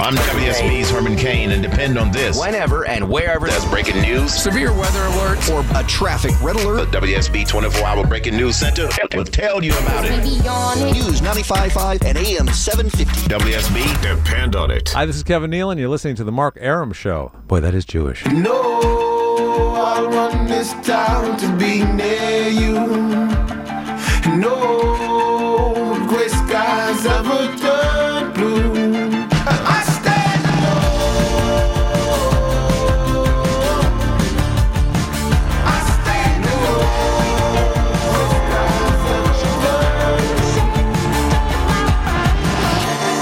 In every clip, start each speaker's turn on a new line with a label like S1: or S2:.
S1: I'm WSB's Herman Kane, and depend on this.
S2: Whenever and wherever.
S1: That's breaking news.
S3: Severe weather alert or a traffic red
S1: The
S3: alert.
S1: WSB 24 Hour Breaking News Center will tell you about it.
S3: News 95.5 and AM 750.
S1: WSB, depend on it.
S4: Hi, this is Kevin Neal, and you're listening to the Mark Aram Show. Boy, that is Jewish.
S5: No, I want this town to be near you. No gray skies ever turn blue. I stand alone. I stand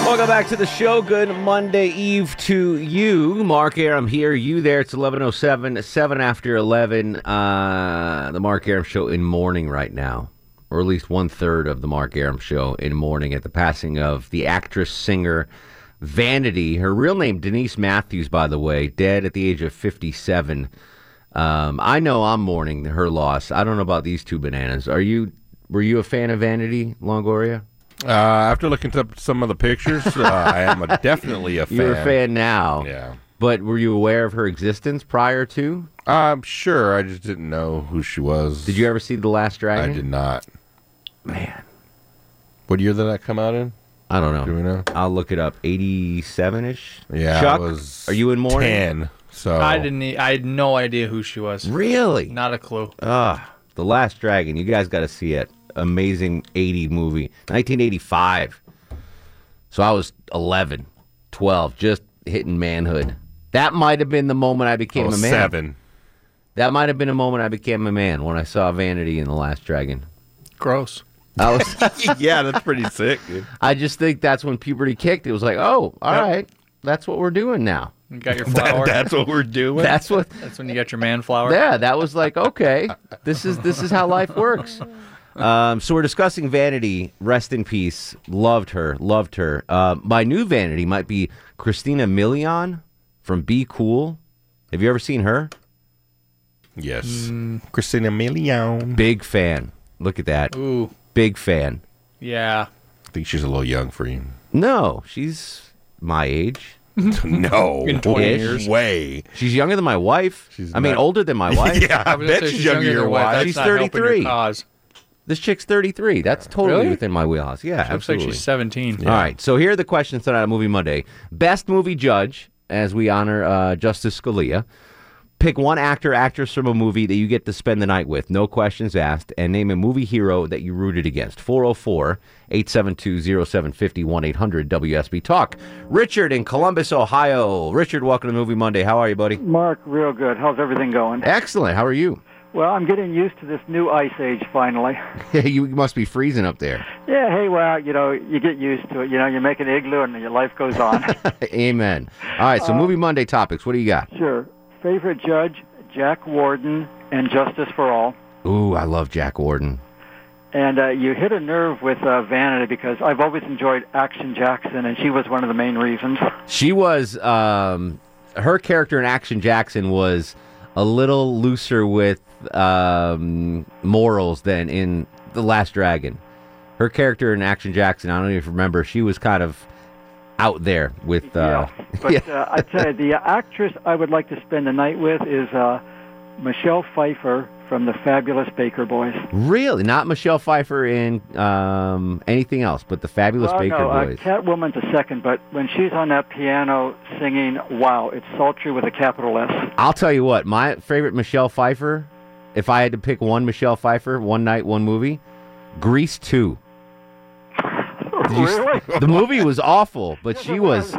S6: Welcome back to the show. Good Monday Eve to you. Mark Aram here, you there. It's 11.07, 7 after 11. Uh, the Mark Aram Show in mourning right now, or at least one third of the Mark Aram Show in mourning at the passing of the actress, singer, Vanity. Her real name, Denise Matthews, by the way, dead at the age of 57. Um, I know I'm mourning her loss. I don't know about these two bananas. Are you? Were you a fan of Vanity, Longoria?
S7: Uh, after looking up some of the pictures, uh, I am a, definitely a fan.
S6: You're a fan now.
S7: Yeah.
S6: But were you aware of her existence prior to?
S7: I'm sure. I just didn't know who she was.
S6: Did you ever see The Last
S7: I
S6: Dragon?
S7: did not.
S6: Man,
S7: What year did that come out in?
S6: I don't
S7: Do we
S6: know.
S7: know?
S6: I'll look it up. 87 ish?
S7: Yeah, I
S6: Chuck,
S7: was
S6: are you in mourning?
S7: Ten. So
S8: I didn't. e- I had no idea who she was.
S6: Really?
S8: Not a clue.
S6: Ah, The Last Dragon. You guys got to see it. Amazing 80 movie. 1985. So I was 11, 12, just hitting manhood. That might have been the moment I
S7: I
S6: became
S7: was
S6: a man.
S7: Oh, seven.
S6: That might have been a moment I became a man when I saw Vanity in The Last Dragon.
S8: Gross.
S6: I was.
S7: yeah, that's pretty sick. Dude.
S6: I just think that's when puberty kicked. It was like, oh, all right, that's what we're doing now.
S8: You got your flower.
S7: that's what we're doing.
S6: That's what.
S8: That's when you got your man flower.
S6: Yeah, that was like, okay, this is this is how life works. Um, so we're discussing Vanity. Rest in peace. Loved her. Loved her. Uh, my new Vanity might be Christina Milian from Be Cool. Have you ever seen her?
S7: yes, Mm, Christina Milian.
S6: Big fan. Look at that.
S8: Ooh.
S6: Big fan.
S8: Yeah.
S7: I think she's a little young for you.
S6: No, she's my age.
S7: no,
S8: In 20
S7: Ish.
S8: years.
S7: way.
S6: She's younger than my wife.
S7: She's
S6: I mean,
S7: not-
S6: older than my wife.
S7: Yeah, I
S8: was gonna
S7: bet
S8: say
S7: she's younger than your wife.
S8: That's
S6: She's
S8: not helping your
S6: 33.
S8: Cause.
S6: This chick's 33. That's totally
S8: Really?
S6: within my wheelhouse. Yeah,
S8: Looks
S6: absolutely.
S8: like she's 17.
S6: All right. So here are the questions tonight on Movie Monday. Best movie judge, as we honor uh, Justice Scalia. Pick one actor, actress from a movie that you get to spend the night with, no questions asked, and name a movie hero that you rooted against. 404 872 0750 800 WSB Talk. Richard in Columbus, Ohio. Richard, welcome to Movie Monday. How are you, buddy?
S9: Mark, real good. How's everything going?
S6: Excellent. How are you?
S9: Well, I'm getting used to this new ice age finally.
S6: you must be freezing up there.
S9: Yeah, hey, well, you know, you get used to it. You know, you make an igloo and your life goes on.
S6: Amen. All right. So, Movie Monday topics. What do you got?
S9: sure. Favorite judge, Jack Warden and Justice for All.
S6: Ooh, I love Jack Warden.
S9: And uh, you hit a nerve with uh, Vanity because I've always enjoyed Action Jackson, and she was one of the main reasons.
S6: She was um, her character in Action Jackson was a little looser with um, morals than in The Last Dragon. Her character in Action Jackson, I don't even remember. She was kind of out there with. Uh,
S9: yeah. But uh, I tell you, the actress I would like to spend the night with is uh, Michelle Pfeiffer from the Fabulous Baker Boys.
S6: Really, not Michelle Pfeiffer in um, anything else, but the fabulous
S9: Well,
S6: Baker
S9: no, uh,
S6: Boys.
S9: Catwoman's a second, but when she's on that piano singing, wow, it's sultry with a capital S.
S6: I'll tell you what, my favorite Michelle Pfeiffer, if I had to pick one Michelle Pfeiffer, one night, one movie, Grease 2. Did you s-
S9: really?
S6: the movie was awful, but she was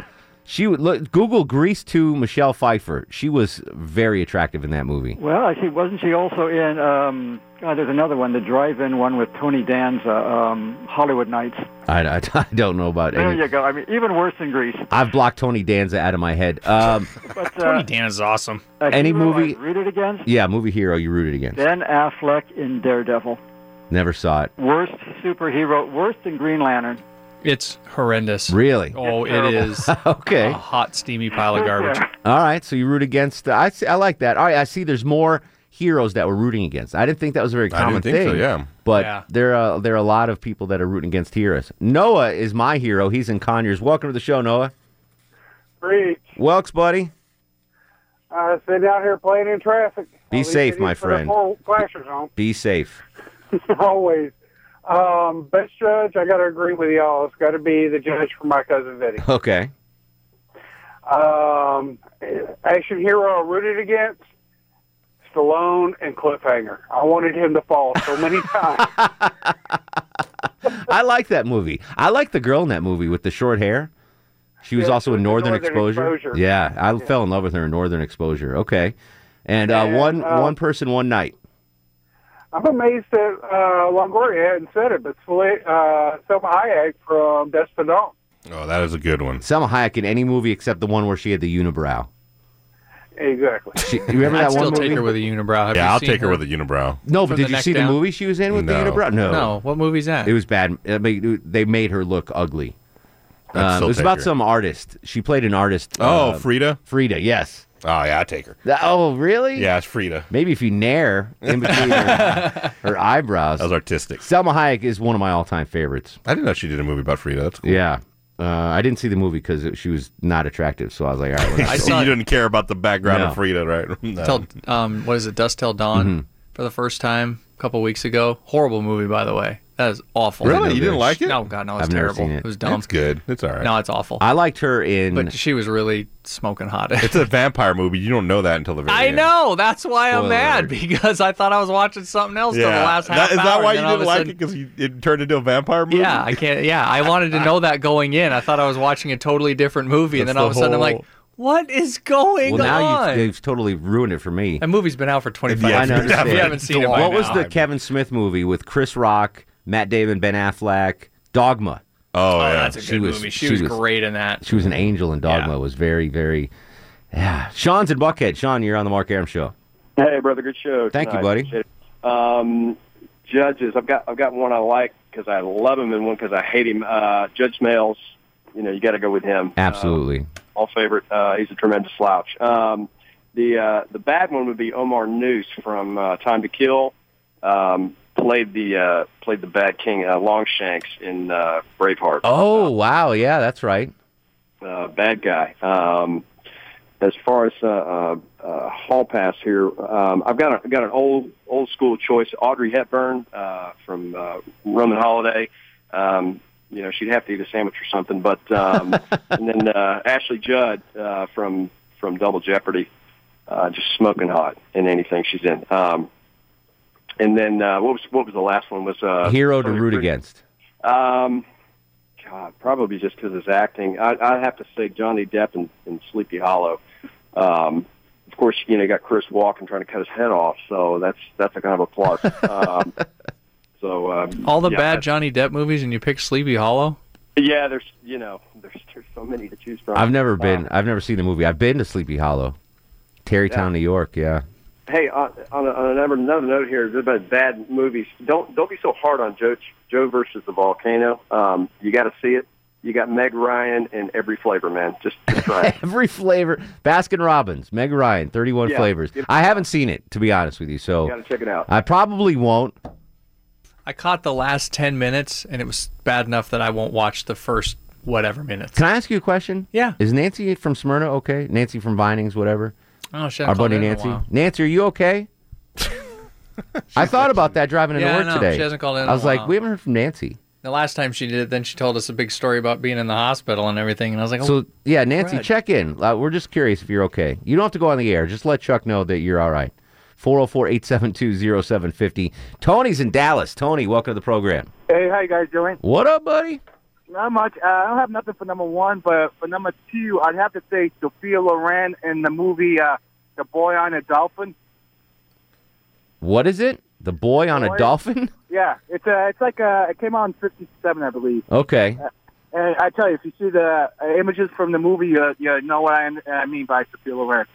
S6: She would look Google Grease to Michelle Pfeiffer. She was very attractive in that movie.
S9: Well, I see. Wasn't she also in? Um, God, there's another one, the drive-in one with Tony Danza, um, Hollywood Nights.
S6: I, I, I don't know about
S9: There
S6: any.
S9: you go. I mean, even worse than Grease.
S6: I've blocked Tony Danza out of my head. Um,
S9: But
S8: Tony
S9: uh,
S8: Dan is awesome.
S9: a
S6: Any
S9: hero,
S6: movie-
S9: I'd Read it again.
S6: yeah, movie hero you rooted against.
S9: Ben Affleck in Daredevil.
S6: Never saw it.
S9: Worst superhero. Worse than Green Lantern.
S8: It's horrendous.
S6: Really?
S8: Oh,
S9: terrible.
S8: it is
S6: Okay.
S8: a hot, steamy pile of garbage.
S6: All right. So you root against. I see, I like that. All right. I see. There's more heroes that we're rooting against. I didn't think that was a very
S7: I didn't
S6: common
S7: think
S6: thing.
S7: so, yeah.
S6: But
S8: Yeah.
S6: there are there are a lot of people that are rooting against heroes. Noah is my hero. He's in Conyers. Welcome to the show, Noah.
S10: Preach.
S6: Welks, buddy.
S10: Uh, sitting out here playing in traffic.
S6: Be
S10: All these
S6: safe,
S10: idiots
S6: my
S10: with their
S6: friend.
S10: Four flashers on,
S6: Be safe.
S10: always. Um, best judge, I got to agree with y'all. It's got to be the judge for my cousin Vinny.
S6: Okay.
S10: Um, action hero I rooted against Stallone and Cliffhanger. I wanted him to fall so many times.
S6: I like that movie. I like the girl in that movie with the short hair. She was
S10: Yeah,
S6: also
S10: she was
S6: in
S10: in
S6: Northern,
S10: Northern
S6: Exposure.
S10: Exposure.
S6: Yeah, I fell in love with her in Northern Exposure. Okay, and, uh,
S10: And,
S6: one
S10: uh,
S6: one person, one night.
S10: I'm amazed that uh, Longoria hadn't said it, but Sli- uh, Selma Hayek from Desperate Dawn.
S7: Oh, that is a good one.
S6: Selma Hayek in any movie except the one where she had the unibrow.
S10: Exactly.
S6: She, you remember
S8: I'd
S6: that
S8: still
S6: one
S8: take
S6: movie?
S8: her with a unibrow. Have
S7: yeah,
S8: you
S7: I'll
S8: seen
S7: take her with a unibrow.
S6: no,
S8: from the
S6: but did you
S8: neck
S6: see the
S8: down?
S6: movie she was in with the
S7: No.
S6: unibrow? No,
S8: No, what movie's that?
S6: it was bad. I mean, they made her look ugly.
S7: I'd
S6: Um, it
S7: still
S6: was
S7: take
S6: about
S7: her.
S6: some artist. She played an artist.
S7: Oh,
S6: uh,
S7: Frida.
S6: Frida. Yes.
S7: Oh yeah, I take her.
S6: That- oh, really?
S7: Yeah, it's Frida.
S6: Maybe if you nair in between her, her eyebrows.
S7: That was artistic.
S6: Selma Hayek is one of my all-time favorites.
S7: I didn't know she did a movie about Frida. That's cool.
S6: Yeah. Uh, I didn't see the movie because she was not attractive, so I was like, all right.
S7: I
S6: Let's
S7: see
S8: saw
S7: you
S8: it.
S7: didn't care about the background
S6: No.
S7: of Frida, right? No. Mm-hmm.
S8: Till, um, what is it? Dust Till Dawn for the first time a couple weeks ago. Horrible movie, by the way. That is awful.
S7: Really? You didn't like it?
S8: No, God, no, it was
S6: I've never
S8: terrible.
S6: seen it.
S8: It was dumb.
S7: That's good. It's all right.
S8: No, it's awful.
S6: I liked her in.
S8: but she was really smoking hot.
S7: It's a vampire movie. You don't know that until the very
S8: I
S7: end.
S8: know. That's why I'm
S6: Spoiler
S8: mad
S6: alert.
S8: because I thought I was watching something else till the last half
S7: That- is that
S8: hour,
S7: why
S8: and
S7: you
S8: then all of
S7: didn't
S8: a
S7: like
S8: sudden-
S7: it? Because it turned into a vampire movie?
S8: Yeah, I can't. Yeah, I wanted to know that going in. I thought I was watching a totally different movie, and
S7: That's
S8: then all of a
S7: the
S8: sudden I'm like,
S7: whole-
S8: "What is going
S6: well, now
S8: on?"
S6: you've, you've totally ruined it for me.
S8: that movie's been out for 25
S7: Yeah,
S6: I
S8: years.
S6: know, understand.
S8: We haven't seen it. by
S6: What was
S8: now.
S6: the Kevin Smith movie with Chris Rock, Matt Damon, Ben Affleck? Dogma.
S8: Oh,
S7: Oh, yeah.
S8: that's a good
S6: She was-
S8: movie. She,
S6: she
S8: was,
S6: was-
S8: great in that.
S6: She was an angel in Dogma.
S8: Yeah.
S6: Was very, very. Yeah. Sean's in Buckhead. Sean, you're on the Mark Aram show.
S10: Hey, brother, good show.
S6: Thank you, buddy.
S10: Appreciate it. Um, judges, I've got I've got one I like because I love him and one because I hate him. Uh, Judge Nails, you know, you got to go with him.
S6: Absolutely.
S10: Uh, all favorite. Uh, he's a tremendous slouch. Um, the uh, the bad one would be Omar Noose from uh, Time to Kill. Um, played the uh, played the bad king uh, Longshanks in uh, Braveheart.
S6: oh wow, yeah, that's right. Oh.
S10: uh, bad guy. Um, as far as uh, uh, uh, hall pass here, um, I've got a, I've got an old old school choice, Audrey Hepburn uh, from uh, Roman Holiday. Um, you know, she'd have to eat a sandwich or something. But um, and then uh, Ashley Judd uh, from from Double Jeopardy, uh, just smoking hot in anything she's in. Um, and then uh, what was what was the last one? Was uh,
S6: Hero to
S10: Tony
S6: root
S10: Pruitt?
S6: against.
S10: Um, God, probably just because his acting. I, I'd have to say Johnny Depp in, in Sleepy Hollow. Um, of course, you know, you got Chris Walken trying to cut his head off, so that's that's a kind of a plus. um, so um,
S8: All the
S10: yeah,
S8: bad
S10: that's-
S8: Johnny Depp movies, and you pick Sleepy Hollow.
S10: yeah, there's you know, there's there's so many to choose from.
S6: I've never been.
S10: Uh,
S6: I've never seen the movie. I've been to Sleepy Hollow, Tarrytown,
S10: Yeah.
S6: New York. Yeah.
S10: hey, on, on, a, on another, another note here, just about bad movies. Don't don't be so hard on Joe Joe versus the volcano. Um, you got to see it. You got Meg Ryan in every flavor, man. Just, just try it.
S6: Every flavor. Baskin Robbins, Meg Ryan, 31
S10: Yeah.
S6: flavors. I haven't seen it, to be honest with you.
S10: You got
S6: So
S10: to check it out.
S6: I probably won't.
S8: I caught the last 10 minutes, and it was bad enough that I won't watch the first whatever minutes.
S6: Can I ask you a question?
S8: Yeah.
S6: Is Nancy from Smyrna okay? Nancy from Vinings, whatever.
S8: Oh shit! I
S6: Our
S8: called
S6: buddy
S8: in in a
S6: Nancy.
S8: while.
S6: Nancy, are you okay? I thought about that driving into
S8: Yeah, I
S6: work
S8: know.
S6: today.
S8: She hasn't called in in
S6: I was
S8: a
S6: like,
S8: while.
S6: we haven't heard from Nancy.
S8: The last time she did it, then she told us a big story about being in the hospital and everything, and I was like, oh,
S6: So yeah, Nancy,
S8: crud.
S6: check in. Uh, we're just curious if you're okay. You don't have to go on the air. Just let Chuck know that you're all right. 404-872-0750. Tony's in Dallas. Tony, welcome to the program.
S10: Hey, how you guys doing?
S6: What up, buddy?
S11: Not much. Uh, I don't have nothing for number one, but for number two, I'd have to say Sophia Loren in the movie uh, The Boy on a Dolphin.
S6: What is it? The boy on a
S11: Boy-
S6: dolphin?
S11: Yeah, it's uh, it's like uh, it came out in '57, I believe.
S6: Okay.
S11: And I tell you, if you see the uh, images from the movie, you, you know what I, I mean by Sophia Loren.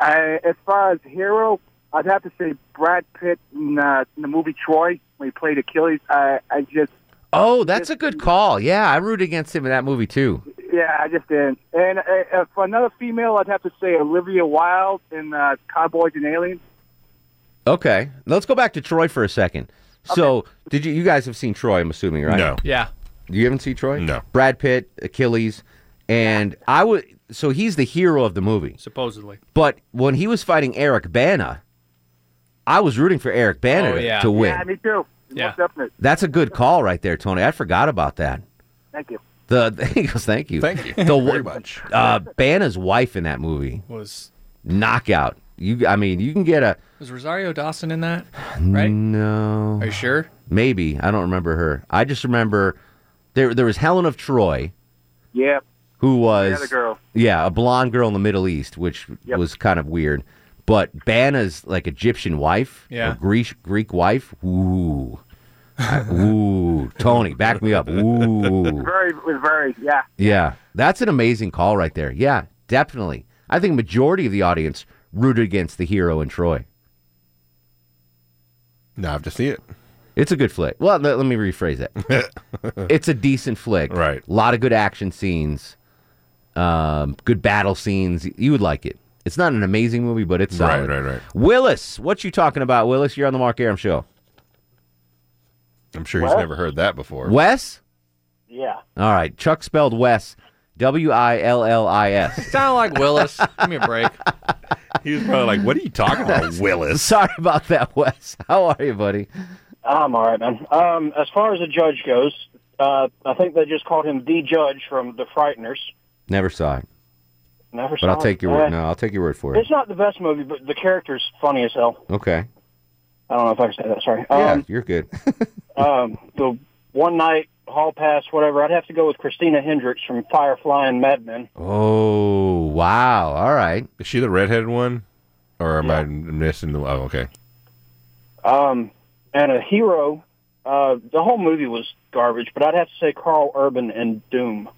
S11: I, as far as hero, I'd have to say Brad Pitt in, uh, in the movie Troy when he played Achilles. I, I just
S6: Oh, that's a good call. Yeah, I root against him in that movie too.
S11: Yeah, I just didn't. And uh, uh, for another female, I'd have to say Olivia Wilde in uh, Cowboys and Aliens.
S6: Okay, let's go back to Troy for a second. So, did you you guys have seen Troy? I'm assuming, right?
S7: No.
S8: Yeah.
S6: You haven't seen Troy? No. Brad Pitt, Achilles, and I would. So he's the hero of the movie.
S8: Supposedly.
S6: But when he was fighting Eric Bana, I was rooting for Eric Bana
S8: Oh,
S6: to-
S8: yeah.
S6: to win.
S11: Yeah, me too. Yeah. Most definite.
S6: That's a good call right there, Tony. I forgot about that.
S11: Thank you.
S6: The he goes, thank you,
S7: Thank you.
S6: The,
S7: Very much.
S6: Uh, Bana's wife in that movie
S8: Was
S6: knockout. You, I mean, you can get a
S8: was Rosario Dawson in that? Right?
S6: no.
S8: Are you sure?
S6: Maybe I don't remember her. I just remember there there was Helen of Troy,
S11: Yeah,
S6: who was
S11: other girl.
S6: yeah, a blonde girl in the Middle East, which
S11: Yep.
S6: was kind of weird. But Bana's like Egyptian wife,
S8: Yeah.
S6: or Greek Greek wife. Ooh, I- ooh, Tony, back me up. Ooh,
S11: very was very yeah.
S6: yeah, that's an amazing call right there. Yeah, definitely. I think majority of the audience rooted against the hero in Troy.
S7: Now I have to see it.
S6: It's a good flick. Well, let, let me rephrase that. it's a decent flick.
S7: Right.
S6: A lot of good action scenes, um, good battle scenes. You would like it. It's not an amazing movie, but it's solid.
S7: Right, right, right.
S6: Willis, what you talking about, Willis? You're on the Mark Aram show.
S7: I'm sure he's never heard that before.
S6: Wes?
S11: Yeah.
S6: All right. Chuck spelled Wes. W I L L I S.
S8: Sound like Willis. Give me a break.
S7: He was probably like, "What are you talking about, Willis?"
S6: Sorry about that, Wes. How are you, buddy?
S11: I'm all right, man. Um, as far as the judge goes, uh, I think they just called him the judge from The Frighteners.
S6: Never saw it,
S11: Never Uh,
S6: but I'll take your word. No, I'll take your word for it.
S11: not the best movie, but the character's funny as hell.
S6: Okay.
S11: I don't know if I can say that. Sorry.
S6: Yeah, you're good.
S11: um, the one night hall pass, whatever. I'd have to go with Christina Hendricks from Firefly and Mad Men.
S6: oh, wow. All right.
S7: Is she the redheaded one, or am I missing the? Oh, okay.
S11: Um, and a hero. Uh, the whole movie was garbage, but I'd have to say Carl Urban and Doom.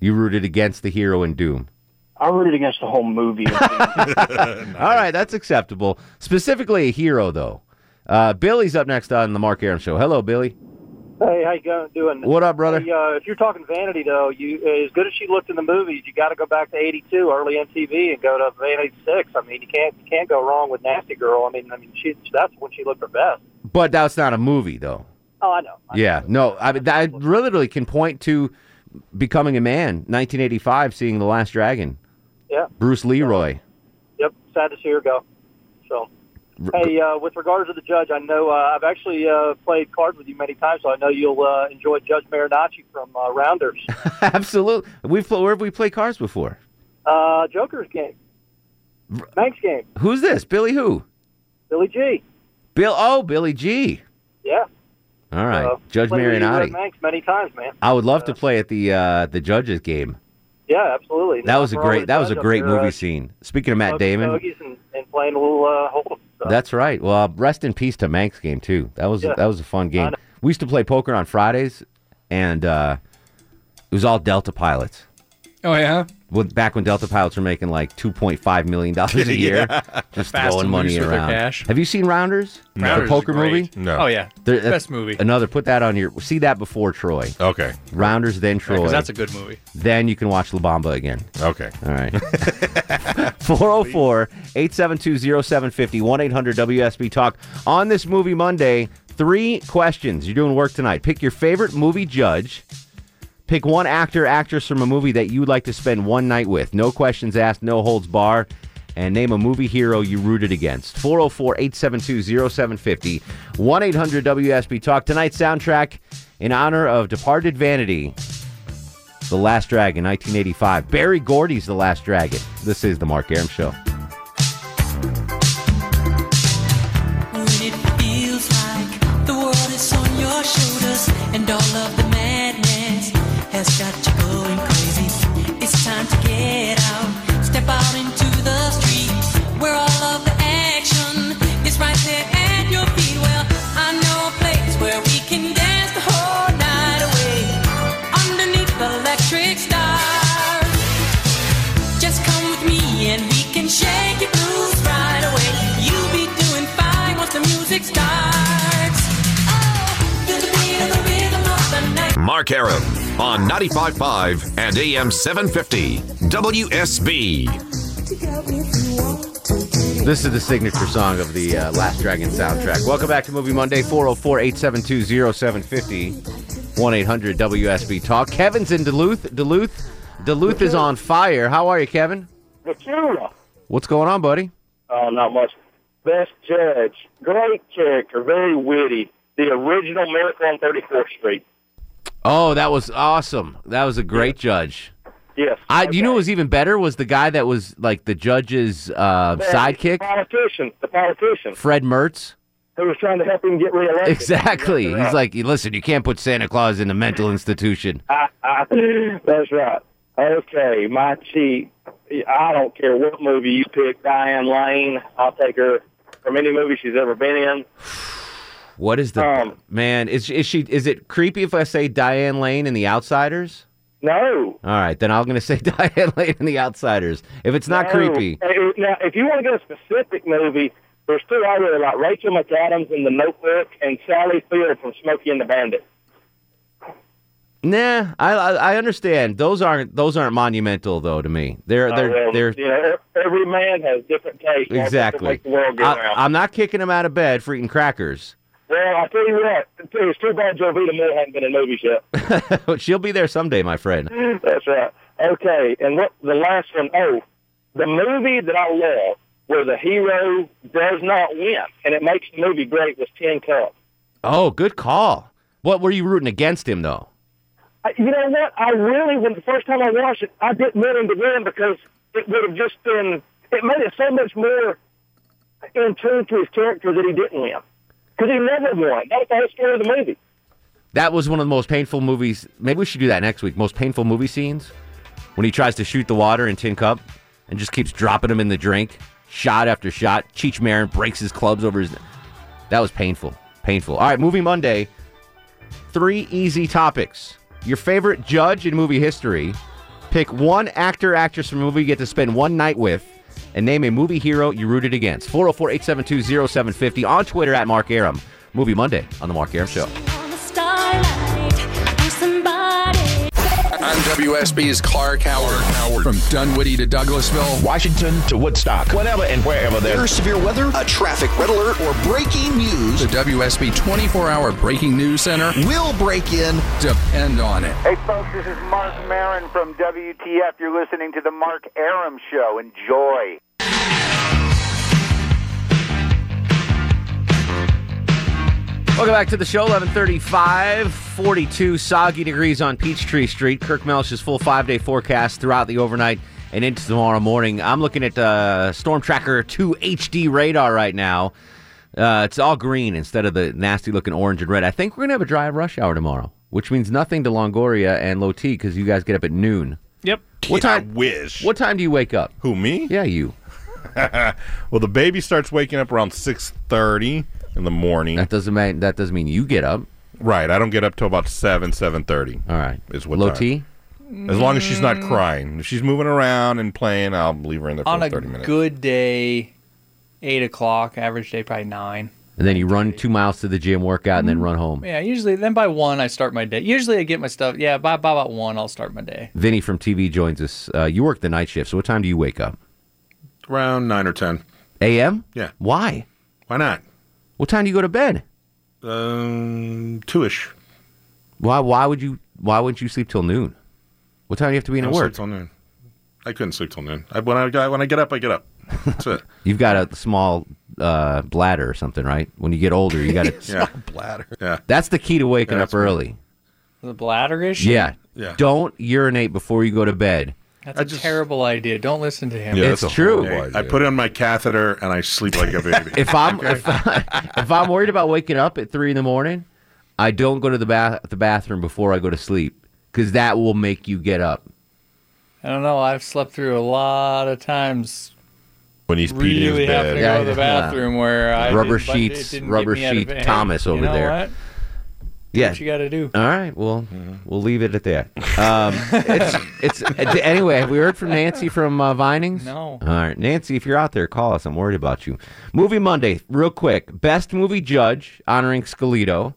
S6: You rooted against the hero in Doom.
S11: I rooted against the whole movie. I
S6: All right, that's acceptable. Specifically, a hero though. Uh, Billy's up next on the Mark Aram Show. Hello, Billy.
S12: Hey, how you go- doing?
S6: What up, brother?
S12: Hey, uh, if you're talking vanity, though, you as good as she looked in the movies, you got to go back to '82, early MTV, and go to Vanity Six. I mean, you can't you can't go wrong with Nasty Girl. I mean, I mean, she that's when she looked her best.
S6: But that's not a movie though.
S12: Oh, I know. I know.
S6: Yeah, no, I, mean, I literally can point to becoming a man, 1985, seeing The Last Dragon,
S12: Yeah.
S6: Bruce Leroy.
S12: Yep. Sad to see her go. So, hey, uh, with regards to the judge, I know uh, I've actually uh, played cards with you many times, so I know you'll uh, enjoy Judge Marinacci from uh, Rounders,
S6: Absolutely, we've pl- where have we played cards before?
S12: uh, Joker's game, Banks game,
S6: Who's this? Billy who?
S12: Billy G.
S6: Bill? Oh, Billy G.
S12: Yeah.
S6: All right,
S12: Uh,
S6: Judge
S12: played with you, uh,
S6: Marinotti.
S12: Banks many times, man.
S6: I would love to play at the uh, the judges game.
S12: Yeah, absolutely.
S6: That was a great that was a great movie
S12: scene.
S6: scene. Speaking of Matt Damon,
S12: uh, And, and playing a little uh, hold. So,
S6: That's right. Well, uh, rest in peace to Manx game too. That was
S12: Yeah.
S6: that was a fun game. We used to play poker on Fridays, and uh, it was all Delta pilots.
S8: Oh yeah.
S6: When- Back when Delta pilots were making like two point five million dollars a year, just
S8: Fast
S6: throwing
S8: and
S6: money
S8: loose with their
S6: around.
S8: cash.
S6: Have you seen Rounders?
S8: Rounders
S6: the
S8: is
S6: poker
S8: great.
S6: movie.
S7: No.
S8: Oh yeah.
S6: There- that's
S8: Best movie.
S6: Another. Put that on your. See that before Troy.
S7: Okay.
S6: Rounders, then Troy.
S8: Because that's a good movie.
S6: then you can watch La Bamba again.
S7: Okay.
S6: All right. 404 872 0750 1 800 WSB Talk. On this Movie Monday, three questions. You're doing work tonight. Pick your favorite movie judge. Pick one actor, actress from a movie that you would like to spend one night with. No questions asked, no holds bar. And name a movie hero you rooted against. 404 872 0750 1 800 WSB Talk. Tonight's soundtrack in honor of Departed Vanity. The Last Dragon, 1985. Barry Gordy's The Last Dragon. This is The Mark Aram Show.
S13: When it feels like the world is on your shoulders and all of the madness has can shake your blues right away. You'll be doing fine once the music starts. Oh, feel the beat of the rhythm of the night.
S1: Mark Aram on 95.5 and AM 750 WSB.
S6: This is the signature song of the uh, Last Dragon soundtrack. Welcome back to Movie Monday, 404 872 0750 1 800 WSB Talk. Kevin's in Duluth. Duluth. Duluth is on fire. How are you, Kevin?
S14: Lacuna.
S6: What's going on, buddy?
S14: Oh, not much. Best judge. Great character. Very witty. The original Miracle on 34th Street.
S6: Oh, that was awesome. That was a great judge.
S14: Yes.
S6: I, You know what was even better was the guy that was like the judge's uh,
S14: Yeah,
S6: sidekick,
S14: The politician. The politician.
S6: Fred Mertz.
S14: Who was trying to help him get reelected.
S6: Exactly. He's like, listen, you can't put Santa Claus in a mental institution.
S14: I, I, that's right. Okay, my cheat. I don't care what movie you pick, Diane Lane. I'll take her from any movie she's ever been in.
S6: What is the
S14: um,
S6: man? Is is she? Is it creepy if I say Diane Lane and The Outsiders?
S14: No.
S6: All right, then I'm going to say Diane Lane and The Outsiders. If it's not
S14: No.
S6: creepy,
S14: Hey, Now, if you want to get a specific movie, there's two I really like: Rachel McAdams in The Notebook and Sally Field from Smokey and the Bandit.
S6: nah, I, I I understand. Those aren't those aren't monumental though to me. They're
S14: Uh,
S6: they're
S14: well,
S6: they're
S14: you know, e-, every man has different tastes. That's what
S6: exactly.
S14: makes the world go round.
S6: I, am not kicking them out of bed for eating crackers.
S14: well, I tell you what, it's too bad Jovita Moore hasn't been in movies yet.
S6: She'll be there someday, my friend.
S14: That's right. Okay, and what the last one? Oh, the movie that I love where the hero does not win, and it makes the movie great was Ten Cup.
S6: Oh, good call. What were you rooting against him though?
S14: I- You know what? I really, when the first time I watched it, I didn't want him to win because it would have just been. It made it so much more in tune to his character that he didn't win because he never won. That was the whole story of the movie.
S6: That was one of the most painful movies. Maybe we should do that next week. Most painful movie scenes when he tries to shoot the water in tin cup and just keeps dropping them in the drink, shot after shot. Cheech Marin breaks his clubs over his. That was painful, painful. All right, movie Monday. Three easy topics. Your favorite judge in movie history. Pick one actor, actress from a movie you get to spend one night with, and name a movie hero you rooted against. 404 872 0750 on Twitter at Mark Aram. Movie Monday on The Mark Aram Show.
S13: Starlight, be somebody.
S15: I'm WSB's Clark Howard. Howard. From Dunwoody to Douglasville, Washington to Woodstock, whenever and wherever
S3: Severe,
S15: there's
S3: severe weather, a traffic red alert, or breaking news.
S15: the WSB 24 hour breaking news center
S3: will break in.
S15: Depend on it.
S16: Hey, folks, this is Mark Marin from WTF. You're listening to The Mark Aram Show. Enjoy.
S6: Welcome back to the show, 1135, 42 soggy degrees on Peachtree Street. Kirk Melish's full five day forecast throughout the overnight and into tomorrow morning. I'm looking at uh, Storm Tracker 2 HD radar right now. Uh, it's all green instead of the nasty looking orange and red. I think we're going to have a dry rush hour tomorrow, which means nothing to Longoria and Low T because you guys get up at noon.
S7: Yep.
S6: What
S7: I
S6: time-
S7: wish.
S6: What time do you wake up?
S7: Who me?
S6: Yeah, you.
S7: well, the baby starts waking up around six thirty in the morning. That
S6: doesn't mean that doesn't mean you get up.
S7: Right. I don't get up till about seven seven thirty.
S6: All right.
S7: Is what
S6: Low
S7: time.
S6: T?
S7: As long as she's not crying. If she's moving around and playing, I'll leave her in there for
S8: On a
S7: thirty minutes.
S8: good day, eight o'clock. Average day, probably nine.
S6: And then you run two miles to the gym, workout, and then
S7: Mm-hmm.
S6: run home.
S8: Yeah, usually then by one I start my day. Usually I get my stuff. Yeah, by, by about one I'll start my day.
S6: Vinny from TV joins us. Uh, you work the night shift, so what time do you wake up?
S17: Around nine or ten.
S6: A.M.
S17: Yeah.
S6: Why?
S17: Why not?
S6: What time do you go to bed?
S17: Um, two ish.
S6: Why? Why would you? Why wouldn't you sleep till noon? What time do you have to be in
S17: I
S6: at
S17: don't
S6: work?
S17: sleep till noon. I couldn't sleep till noon. I, when I got- when I get up, I get up. That's it.
S6: You've got a small uh, bladder or something, right? When you get older, you got a
S17: yeah. bladder. Yeah.
S6: That's the key to waking up early.
S8: The bladder issue.
S6: Yeah.
S8: Yeah.
S6: Don't urinate before you go to bed.
S8: That's a terrible idea. Don't listen to him.
S6: it's true.
S17: I put on my catheter and I sleep like a baby.
S6: if I'm if, I, if I'm worried about waking up at three in the morning, I don't go to the bath the bathroom before I go to sleep because that will make you get up.
S8: I don't know. I've slept through a lot of times.
S7: When he's
S8: really
S7: peeing in his
S8: having
S7: bed.
S8: to go to the bathroom where I
S6: rubber
S8: didn't- but it
S6: sheets,
S8: didn't get
S6: rubber
S8: me out of
S6: sheet
S8: bed.
S6: Thomas
S8: You
S6: over
S8: know
S6: there.
S8: what?
S6: Yeah,
S8: what you gotta do.
S6: All right, well,
S7: Mm-hmm.
S6: we'll leave it at that. Um, it's, it's anyway. Have we heard from Nancy from uh, Vinings?
S8: No.
S6: All right, Nancy, if you're out there, call us. I'm worried about you. Movie Monday, real quick. Best movie judge honoring Scalito.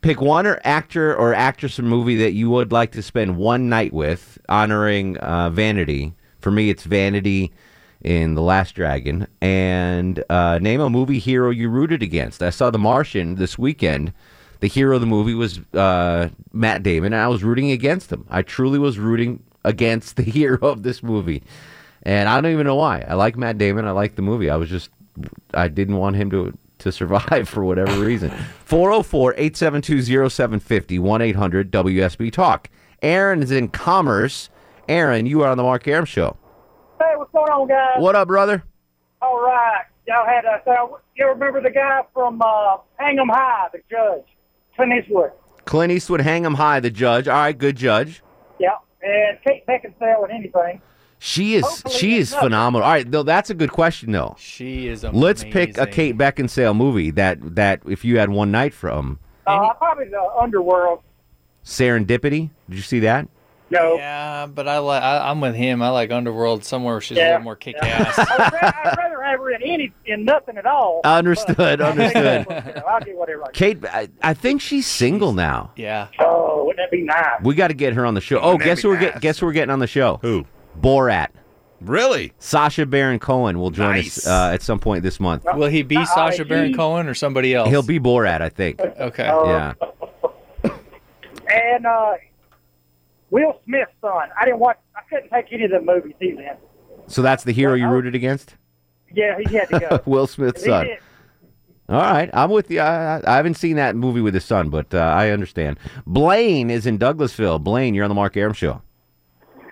S6: Pick one or actor or actress or movie that you would like to spend one night with, honoring uh, Vanity. For me, it's Vanity in The Last Dragon. And uh, name a movie hero you rooted against. I saw The Martian this weekend. The hero of the movie was uh, Matt Damon, and I was rooting against him. I truly was rooting against the hero of this movie. And I don't even know why. I like Matt Damon. I like the movie. I was just, I didn't want him to to survive for whatever reason. 404 872 0750 1 800 WSB Talk. Aaron is in Commerce. Aaron, you are on the Mark Aram Show.
S18: Hey, what's going on, guys?
S6: What up, brother?
S18: All right. Y'all had a. So you remember the guy from uh, Hang 'em High, the judge, Clint Eastwood?
S6: Clint Eastwood, hang him high, the judge. All right, good judge.
S18: Yeah. And Kate Beckinsale and anything.
S6: She is she is phenomenal. All right, though that's a good question though.
S8: She is.
S6: Let's pick a Kate Beckinsale movie that that if you had one night from
S18: Uh, probably the Underworld.
S6: Serendipity. Did you see that?
S18: No.
S8: Yeah, but I like. I, I'm with him. I like Underworld somewhere where she's a
S18: Yeah.
S8: little more kick ass.
S18: I'd rather, I'd rather have her in any in nothing at all.
S6: Understood, understood.
S18: I'll get whatever. I
S6: Kate, I, I think she's single now.
S8: Yeah.
S18: Oh, wouldn't that be nice?
S6: We got to get her on the show. Oh,
S18: Wouldn't that
S6: guess
S18: be
S6: who we're get, guess who we're getting on the show? Who? Borat. Really? Sasha Baron Cohen will join us uh, at some point this month.
S8: Will he be Sasha Baron Cohen or somebody else?
S6: He'll Oh. be Borat, I think.
S8: Okay.
S6: yeah.
S18: And uh, Will Smith's son. I didn't watch. I couldn't take any of the movies he's in.
S6: So that's the hero you rooted against?
S18: Yeah, he had to go.
S6: Will Smith's
S18: He
S6: son.
S18: did.
S6: All right, I'm with you. I, I I haven't seen that movie with his son, but uh, I understand. Blaine is in Douglasville. Blaine, you're on the Mark Aram show.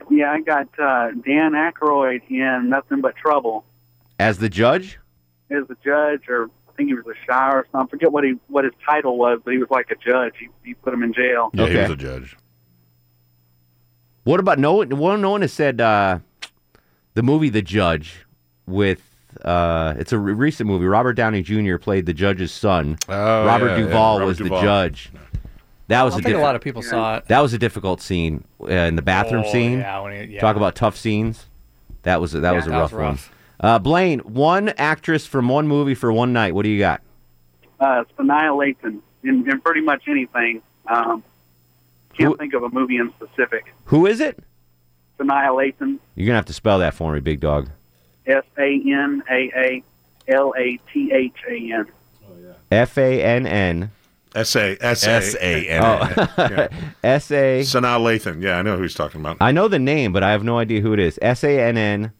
S19: Yeah, I got uh, Dan Aykroyd in Nothing But Trouble
S6: As the judge,
S19: as a judge, or I think he was a shire or something. I forget what he what his title was, but he was like a judge. He, he put him in jail.
S6: Yeah, he Okay. was a
S19: judge.
S6: what about no one? Well, no one has said uh, the movie The Judge with. Uh, it's a re- recent movie. Robert Downey Jr. played the judge's son.
S7: Oh,
S6: Robert
S7: yeah, yeah.
S6: Duvall
S7: Robert
S6: was
S7: Duvall.
S6: the judge. That was
S8: I
S6: a
S8: think a
S6: diffi-
S8: lot of people saw it.
S6: That was a difficult scene uh, in the bathroom
S8: Oh,
S6: scene.
S8: yeah, when he- yeah.
S6: Talk about tough scenes. That was a, that
S8: Yeah,
S6: was a
S8: that
S6: rough,
S8: was
S6: one. Uh, Blaine, one actress from one movie for one night. What do you got?
S19: Uh, it's Annihilation in, in pretty much anything. Um, can't think of a movie in specific.
S6: Who is it?
S19: It's Annihilation.
S6: You're gonna have to spell that for me, big dog.
S19: S A N A A L A T H A N.
S6: F A N N.
S17: S A S
S6: S
S17: A A
S6: A N.
S17: N.
S6: Oh. S A.
S17: Sanaa Lathan. Yeah, I know who he's talking about.
S6: I know the name, but I have no idea who it is. S A N N.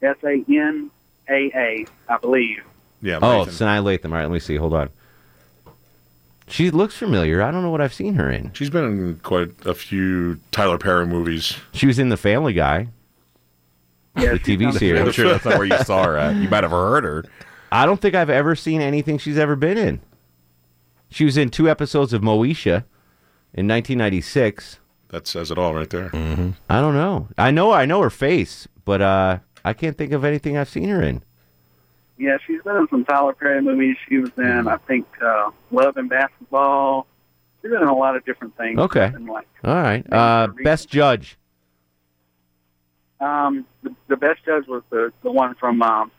S19: S A N A A, I believe.
S17: Yeah.
S6: Oh, Sinai Latham. All right, let me see. Hold on. She looks familiar. I don't know what I've seen her in.
S17: She's been in quite a few Tyler Perry movies.
S6: She was in The Family Guy. the TV series.
S7: I'm sure that's not where you saw her at. You might have heard her.
S6: I don't think I've ever seen anything she's ever been in. She was in two episodes of Moesha in 1996.
S17: That says it all right there.
S6: I don't know. I know I know her face, but uh, I can't think of anything I've seen her in.
S19: Yeah, she's been in some Tyler Perry movies. She was in, I think, uh, Love and Basketball. She's been in a lot of different things.
S6: Okay.
S19: And like,
S6: All right. Uh, best judge.
S19: um, the, the best judge was the the one from um,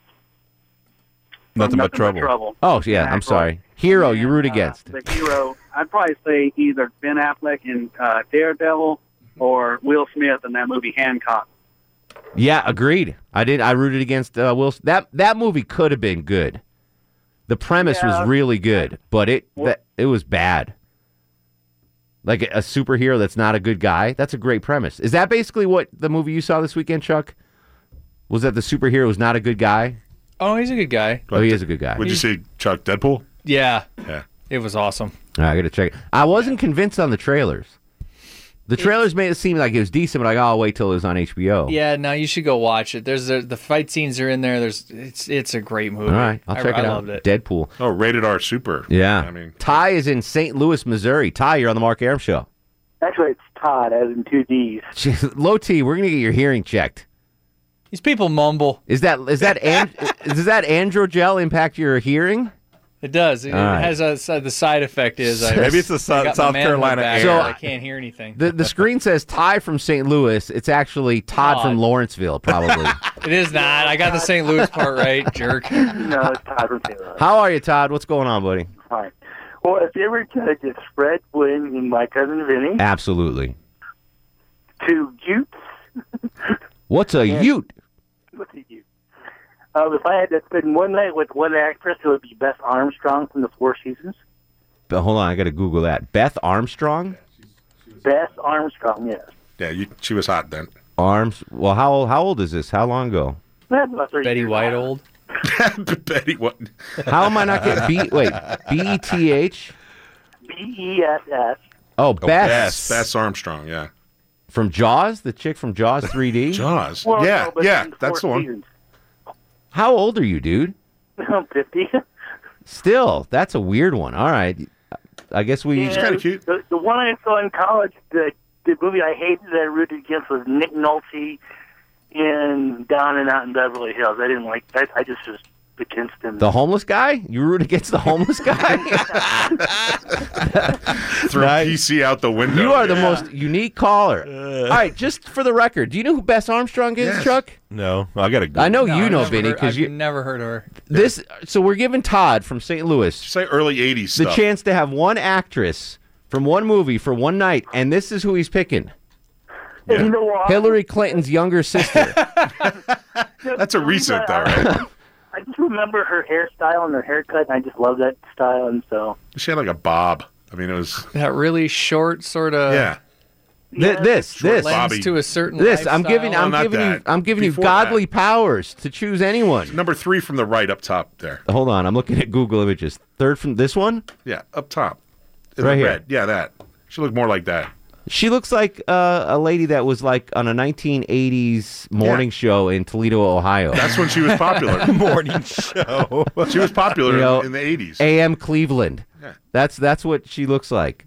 S6: Nothing,
S19: but Trouble. Trouble. uh,
S6: Oh yeah, I'm sorry. Hero, you root against.
S19: the hero. I'd probably say either Ben Affleck in uh, Daredevil or Will Smith in that movie Hancock.
S6: Yeah, agreed. I did. I rooted against uh, Will. That that movie could have been good. The premise
S19: Yeah.
S6: was really good, but it that, it was bad. Like a, a superhero that's not a good guy. That's a great premise. Is that basically what the movie you saw this weekend, Chuck? Was that the superhero was not a good guy?
S8: Oh, he's a good guy.
S6: Oh, he is a good guy.
S8: Would you
S17: see Chuck Deadpool?
S8: Yeah.
S17: Yeah.
S8: It was awesome.
S6: All right, I gotta check. it. I wasn't convinced on the trailers. The trailers made it seem like it was decent, but like, oh, I'll wait till it was on HBO.
S8: Yeah, no, you should go watch it. There's a, the fight scenes are in there. There's it's it's a great movie.
S6: All right, I'll
S8: I-
S6: check
S8: I
S6: it out.
S8: loved it.
S6: Deadpool.
S17: Oh, rated R super.
S6: Yeah.
S17: I mean,
S6: Ty is in St. Louis, Missouri. Ty, you're on the Mark Aram Show.
S20: Actually, it's Todd, as in two D's.
S6: Jeez, Low T, we're gonna get your hearing checked.
S8: These people mumble.
S6: Is that is that an, does that androgel impact your hearing?
S8: It does. It
S21: All right.
S8: has a, so the side effect is I
S22: Maybe it's the Sou-
S8: I got my
S22: South
S8: manhood
S22: Carolina
S8: back,
S22: air.
S8: but
S22: So-
S8: I can't hear anything.
S6: The the screen says Ty from St. Louis. It's actually Todd from Lawrenceville, probably.
S8: It is not. I got the St. Louis part right, jerk.
S20: No, it's Todd from St. Louis.
S6: How are you, Todd? What's going on, buddy?
S20: Hi. Well, if you ever could, it's Fred Williams and my cousin Vinny
S6: Absolutely.
S20: to Utes.
S6: What's a Ute?
S20: What's a Ute? Uh, if I had to spend one night with one actress, it would be Beth Armstrong from The Four Seasons.
S6: But hold on, I got to Google that. Beth Armstrong.
S20: Beth Armstrong, yes.
S7: Yeah, you, she was hot then.
S6: Arms. Well, how old? How old is this? How long ago?
S8: Betty White old.
S7: Betty what?
S6: How am I not getting B? Wait, B E T H.
S20: B E S S.
S6: Oh,
S7: Oh,
S6: Beth.
S7: Bess. Bess Armstrong, yeah.
S6: From Jaws, the chick from Jaws 3D.
S7: Jaws. Well, Yeah, no, but yeah, in that's four the one. seasons.
S6: How old are you, dude?
S20: I'm 50.
S6: Still, that's a weird one. All right, I guess we.
S20: cute. The, the one I saw in college, the, the movie I hated that I rooted against was Nick Nolte in Down and Out in Beverly Hills. I didn't like that. I just was against him.
S6: The homeless guy? You root against the homeless guy?
S7: Threw PC out the window. Uh.
S6: you are the most unique caller. All right, just for the record, do you know who Bess Armstrong is, Chuck?
S22: No, I got to.
S6: I know
S8: No,
S6: you
S8: I've
S6: know,
S8: never
S6: Vinny,
S8: heard-
S6: because
S8: I've
S6: you
S8: never heard of her.
S6: this. So we're giving Todd from St. Louis
S7: say early '80s.
S6: the
S7: stuff.
S6: chance to have one actress from one movie for one night, and this is who he's picking:
S20: And you know what?
S6: Hillary Clinton's younger sister.
S7: That's a recent, though,
S20: right? I just remember her hairstyle and her haircut, and I just love that style. And so,
S7: She had like a bob. I mean, it was
S8: That really short sort of
S7: yeah.
S6: Th- this,
S7: Short
S6: this,
S7: Bobby.
S8: to a certain
S6: this. I'm giving,
S8: lifestyle.
S6: I'm
S7: not
S6: giving you,
S7: that.
S6: I'm giving you
S7: Before that.
S6: godly powers to choose anyone.
S7: number three from the right up top there.
S6: Hold on, I'm looking at Google Images. Third from this one.
S7: Yeah, up top. In
S6: Right
S7: the
S6: here.
S7: red. Yeah, that. She looked more like that.
S6: She looks like uh, a lady that was like on a 1980s morning show in Toledo, Ohio.
S7: That's when she was popular.
S6: Morning
S7: show. She was popular
S6: You know,
S7: in the '80s.
S6: AM Cleveland.
S7: Yeah.
S6: That's that's what she looks like.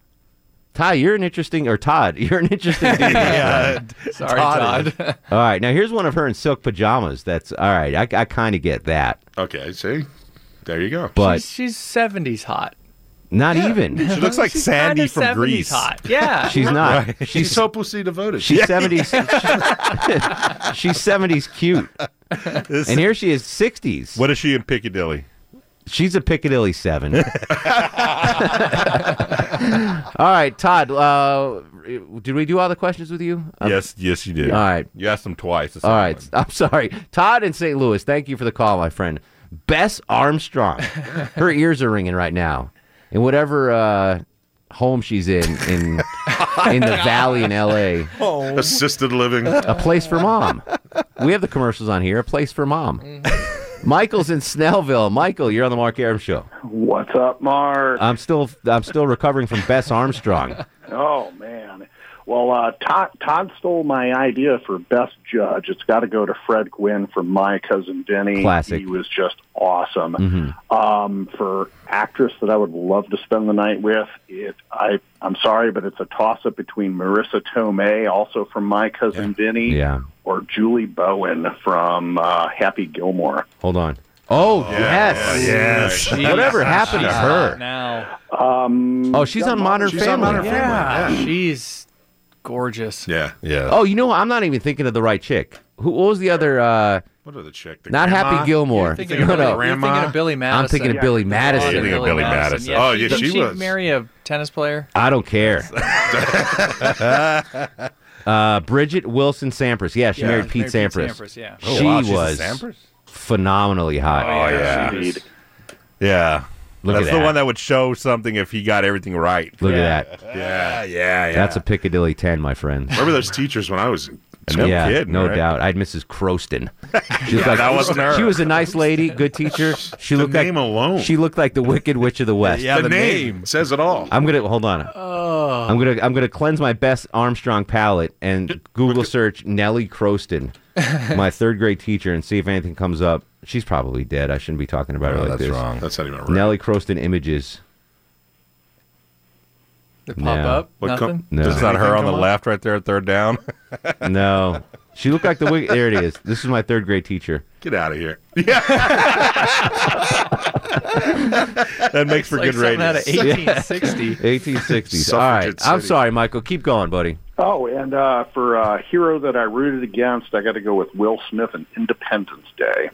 S6: Ty, you're an interesting, or Todd, you're an interesting. dude.
S8: Yeah. Sorry, Todd.
S6: All right, now here's one of her in silk pajamas. That's all right. I, I kind of get that,
S7: Okay, see, there you go.
S6: but
S8: she's, she's 70s hot.
S6: not even.
S7: She looks like
S8: She's
S7: Sandy
S8: kinda
S7: from
S8: 70s
S7: Greece.
S8: Hot. Yeah.
S6: She's not.
S7: Right.
S6: She's-
S7: She's so pussy devoted.
S6: She's 70s. She's 70s cute, and here she is 60s.
S22: What is she in Piccadilly?
S6: She's a Piccadilly Seven. All right, Todd. Uh, did we do all the questions with you? Uh,
S22: yes, yes, you did.
S6: All right.
S22: you asked him twice.
S6: All right. I'm sorry. Todd in St. Louis, thank you for the call, my friend. Bess Armstrong. Her ears are ringing right now. In whatever uh, home she's in, in, in the valley in L.A.,
S7: Assisted living.
S6: a place for mom. We have the commercials on here, a place for mom. Michael's in Snellville. Michael, you're on the Mark Aram Show.
S23: What's up, Mark?
S6: I'm still I'm still recovering from Bess Armstrong.
S23: Oh man. Well, uh, Todd, Todd stole my idea for best judge. It's got to go to Fred Gwynn from My Cousin Vinny.
S6: Classic.
S23: He was just awesome.
S6: Mhm.
S23: Um, for actress that I would love to spend the night with, it, I I'm sorry, but it's a toss up between Marissa Tomei, also from My Cousin Vinny,
S6: Yeah.
S23: or Julie Bowen from uh, Happy Gilmore.
S6: Hold on. Oh, yes.
S23: yes. Jeez.
S6: Whatever happened to
S23: She's
S6: her?
S23: hot
S8: Now.
S23: Um,
S6: Oh, she's on Modern
S8: She's
S6: Family.
S8: on Modern
S7: yeah.
S8: Family. She's gorgeous.
S7: Yeah.
S22: Yeah.
S6: Oh, you know, what? I'm not even thinking of the right chick. Who what was the other? Uh,
S7: What other chick? The
S6: not
S7: grandma?
S6: Happy Gilmore.
S7: You're thinking of Billy-
S6: no, no.
S7: you're thinking
S8: Thinking of Billy Madison.
S6: I'm thinking of Billy Madison.
S8: You're
S7: Thinking of Billy Madison. Oh, yeah,
S8: didn't
S7: she was.
S8: marry a tennis player.
S6: I don't care. uh, Bridget Wilson Sampras. Yeah, she
S8: Yeah,
S6: married Pete
S8: married Pete
S6: Sampras.
S8: Sampras, yeah.
S22: Oh,
S6: she
S22: wow, she's a
S6: was
S22: Sampras?
S6: phenomenally hot.
S22: Oh, yeah. Yeah.
S6: Look at
S22: That's the
S6: that.
S22: one that would show something if he got everything right.
S6: Look at that.
S22: Yeah, yeah, yeah.
S6: That's a Piccadilly 10, my friend.
S7: Remember those teachers when I was?
S22: No
S6: yeah,
S22: kidding,
S6: no
S22: right?
S6: doubt. I had Mrs. Croston. She
S22: Yeah, that wasn't her.
S6: She was a nice lady, good teacher. She looked
S7: name
S6: like
S7: alone.
S6: She looked like the Wicked Witch of the West.
S7: the, name, says it all.
S6: I'm gonna hold on.
S8: Oh.
S6: I'm gonna I'm gonna cleanse my best Armstrong palette and Google search Nellie Croston, my third grade teacher, and see if anything comes up. She's probably dead. I shouldn't be talking about her
S22: No,
S6: like
S22: that's
S6: this.
S22: wrong.
S7: That's not even right.
S6: Nellie Croston images.
S8: They pop
S6: No.
S8: up.
S6: What
S8: nothing.
S6: com- No.
S22: Is that
S6: Anything
S22: her on the
S6: come up?
S22: left right there, third down?
S6: No, She looked like the wig. There it is. This is my third grade teacher.
S7: Get out of here. Yeah. that makes for
S6: Like
S7: good
S6: something
S7: radio.
S6: out of 1860. 1860s. All right.
S23: Suffragette
S6: I'm
S23: City.
S6: sorry, Michael. Keep going, buddy.
S23: Oh, and uh, for uh, hero that I rooted against, I got to go with Will Smith and Independence Day.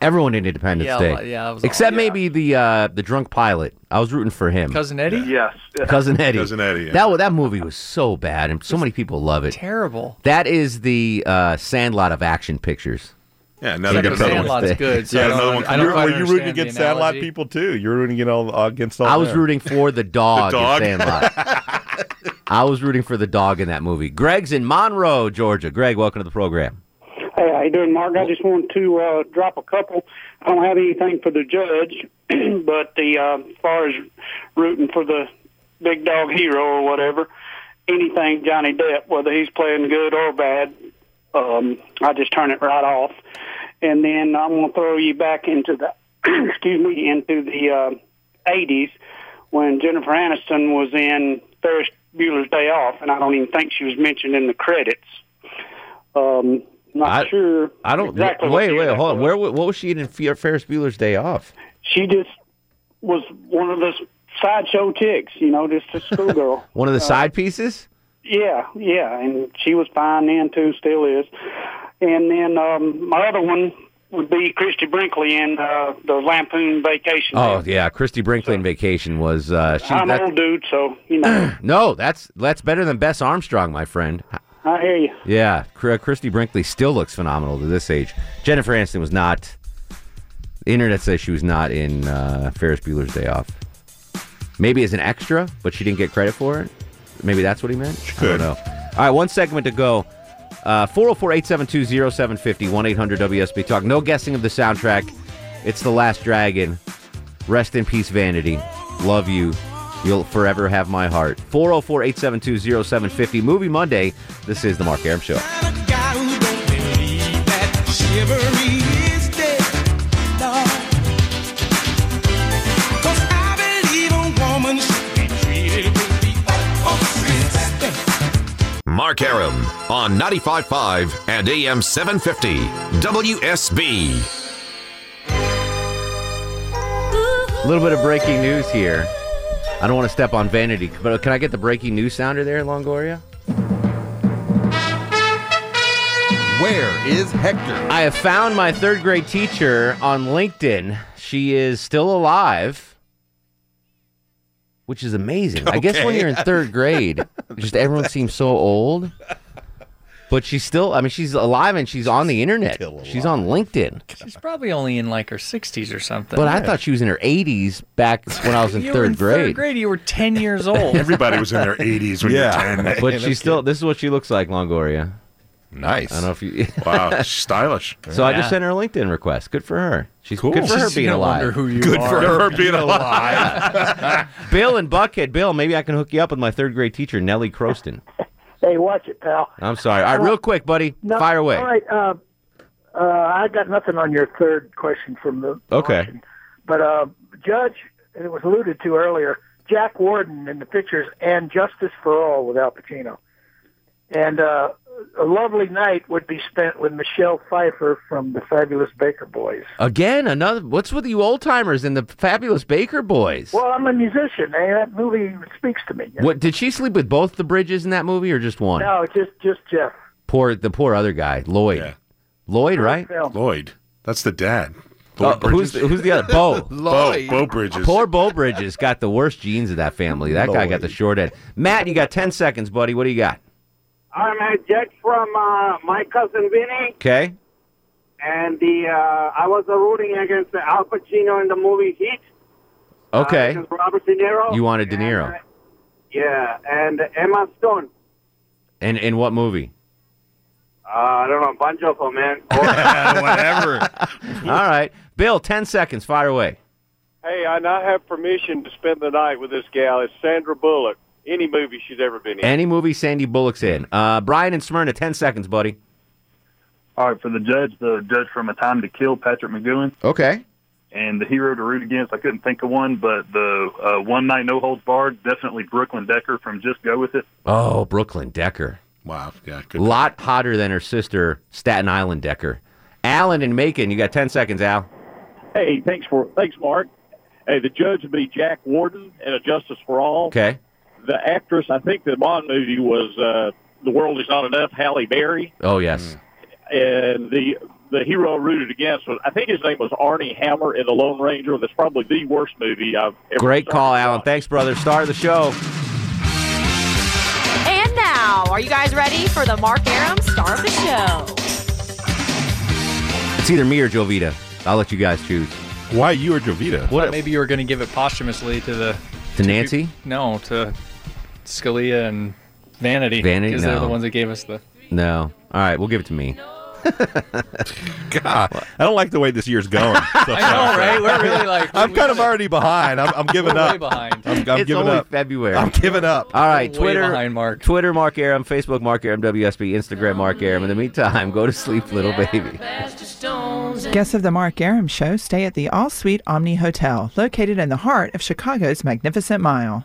S6: Everyone in Independence
S23: Yeah,
S6: Day.
S23: well, yeah, I was-
S6: Except maybe the uh, the drunk pilot. I was rooting for him.
S8: Cousin Eddie?
S23: Yes.
S6: Cousin Eddie.
S7: Cousin Eddie, yeah.
S6: That wa- that movie was so bad, and so many people love it.
S8: Terrible.
S6: That is the uh, Sandlot of action pictures.
S7: Yeah, now they got another one. yeah, another one. You're- were you rooting against Sandlot people too? You're rooting it all against all.
S6: I was
S7: them.
S6: rooting for the dog,
S7: The dog?
S6: in Sandlot. I was rooting for the dog in that movie. Greg's in Monroe, Georgia. Greg, welcome to the program.
S4: Hey, how you doing, Mark? I just wanted to uh, drop a couple. I don't have anything for the judge, but the uh, as far as rooting for the big dog hero or whatever, anything Johnny Depp, whether he's playing good or bad, um, I just turn it right off. And then I'm going to throw you back into the excuse me into the uh, '80s when Jennifer Aniston was in Ferris Bueller's Day Off, and I don't even think she was mentioned in the credits. Um, not sure.
S6: I don't
S4: exactly. what
S6: wait,
S4: year
S6: wait,
S4: that
S6: hold on. Where wa- what was she in in Fer- Ferris Bueller's Day Off?
S4: she just was one of those sideshow chicks, you know, just a schoolgirl.
S6: One of the side pieces?
S4: yeah, yeah, and she was fine then too, still is. And then um, my other one would be Christy Brinkley and uh, the Lampoon Vacation.
S6: Oh yeah, Christy Brinkley in Vacation was uh, she.
S4: I'm
S6: that-
S4: old dude, so you know.
S6: no, that's that's better than Bess Armstrong, my friend.
S4: I hear you.
S6: Yeah, Cr- Christy Brinkley still looks phenomenal to this age. Jennifer Aniston was not. The internet says she was not in uh, Ferris Bueller's Day Off. Maybe as an extra, but she didn't get credit for it. Maybe that's what he meant. I don't know. All right, one segment to go. Uh, 404 872 0750 1 800 WSB Talk. No guessing of the soundtrack. It's The Last Dragon. Rest in peace, Vanity. Love you. You'll forever have my heart. 404 872 0750. Movie Monday. This is The Mark Aram Show.
S24: guy who don't believe that chivalry is dead, Lord. 'Cause I believe a woman should be treated with the utmost respect.
S1: Mark Aram on 95.5 and AM 750 WSB.
S6: A little bit of breaking news here. I don't want to step on vanity, but can I get the breaking news sounder there, Longoria? Where is Hector? I have found my third grade teacher on LinkedIn. She is still alive, which is amazing. I guess when
S25: Okay.
S6: you're in third grade, just everyone seems so old. But she's still, I mean, she's alive and she's on the internet. She's on LinkedIn.
S8: She's probably only in like her 60s or something.
S6: But I thought she was in her 80s back when I was in
S8: you were
S6: third
S8: in
S6: grade.
S8: Third grade, you were 10 years old.
S6: yeah. But
S8: she
S6: she's still. This is what she looks like, Longoria.
S7: Nice.
S6: I don't know if you.
S7: Wow, she's stylish.
S6: So I
S7: Yeah.
S6: just sent her a LinkedIn request. Good for her. She's
S7: Cool.
S6: good for her
S7: She's
S6: being
S7: gonna
S6: alive.
S7: wonder who you Good are. for her being
S6: Bill and Buckhead. Bill, maybe I can hook you up with my third grade teacher, Nellie Croston.
S26: Hey, watch it, pal.
S6: I'm sorry. All right, real quick, buddy.
S26: No,
S6: Fire away.
S26: All right. Uh, uh, I got nothing on your third question from the,
S6: Okay.
S26: but uh, Judge, and it was alluded to earlier, Jack Warden in the pictures and Justice for All with Al Pacino, and uh, a lovely night would be spent with Michelle Pfeiffer from the Fabulous Baker Boys.
S6: Again, another. What's with you old timers and the fabulous Baker boys?
S26: Well, I'm a musician, and that movie speaks to me.
S6: What did she sleep with both the bridges in that movie or just one?
S26: No, just just Jeff.
S6: Poor the poor other guy, Lloyd. Lloyd, right?
S26: film.
S6: Lloyd. That's the dad.
S7: Lloyd
S6: who's,
S7: Bridges?
S6: who's the other? Bo.
S7: Lloyd. Bo- Bo Bridges.
S6: Poor Bo Bridges got the worst genes of that family. That guy got the short end. Matt, you got 10 seconds, buddy. What do you got?
S27: I'm a judge from uh, my cousin Vinny,
S6: Okay.
S27: and the uh, I was uh, rooting against Al Pacino in the movie Heat.
S6: Okay.
S27: against Robert De Niro.
S6: You wanted De Niro.
S27: Yeah, and Emma Stone.
S6: And in what movie?
S27: Uh, I don't know, a bunch of them, man. Uh,
S6: Whatever. All right. Bill, 10 seconds. Fire away.
S28: Hey, I now have permission to spend the night with this gal. It's Sandra Bullock. Any movie she's ever been in.
S6: Any movie Sandy Bullock's in. Uh, Brian and Smyrna, 10 seconds, buddy.
S29: All right, for the judge, the judge from A Time to Kill, Patrick McGowan,
S6: Okay.
S29: and the hero to root against. I couldn't think of one, but the uh, one night no holds barred, definitely Brooklyn Decker from Just Go with It.
S6: Oh, Brooklyn Decker.
S29: Wow. Yeah.
S30: Lot hotter than her sister, Staten Island Decker. Allen and Macon, you got 10 seconds, Al.
S28: Hey, thanks for thanks, Mark. Hey, the judge would be Jack Warden in A Justice for All.
S30: Okay.
S28: The actress, I think the Bond movie was uh, The World Is Not Enough, Halle Berry.
S30: Oh,
S7: Mm.
S30: yes.
S28: And the the hero rooted against was, I think his name was Arnie Hammer in The Lone Ranger. That's probably the worst movie I've ever
S30: Great call, Alan. Thanks, brother. Star of the show.
S31: And now, are you guys ready for the Mark Aram star of the show?
S30: It's either me or Jovita. I'll let you guys choose.
S7: Why you or Jovita?
S8: What? Maybe you were going to give it posthumously to the
S30: To Nancy?
S8: no to Scalia and Vanity.
S30: Vanity,
S8: because they're
S30: no.
S8: the ones that gave us the.
S30: No. All right, we'll give it to me.
S7: God, I don't like the way this year's going.
S8: I know, right? We're really like.
S7: I'm kind of already behind. I'm, I'm giving
S8: We're
S7: up.
S8: way behind.
S7: I'm, I'm
S30: it's
S7: giving
S30: only
S7: up.
S30: February.
S7: I'm giving up.
S30: All right,
S7: Way
S30: Twitter,
S7: behind
S30: Mark. Twitter, Mark Aram, Facebook, Mark Aram, WSB, Instagram, Mark Aram. In the meantime, go to sleep, little baby.
S32: Guests of the Mark Aram Show stay at the All Suite Omni Hotel, located in the heart of Chicago's Magnificent Mile.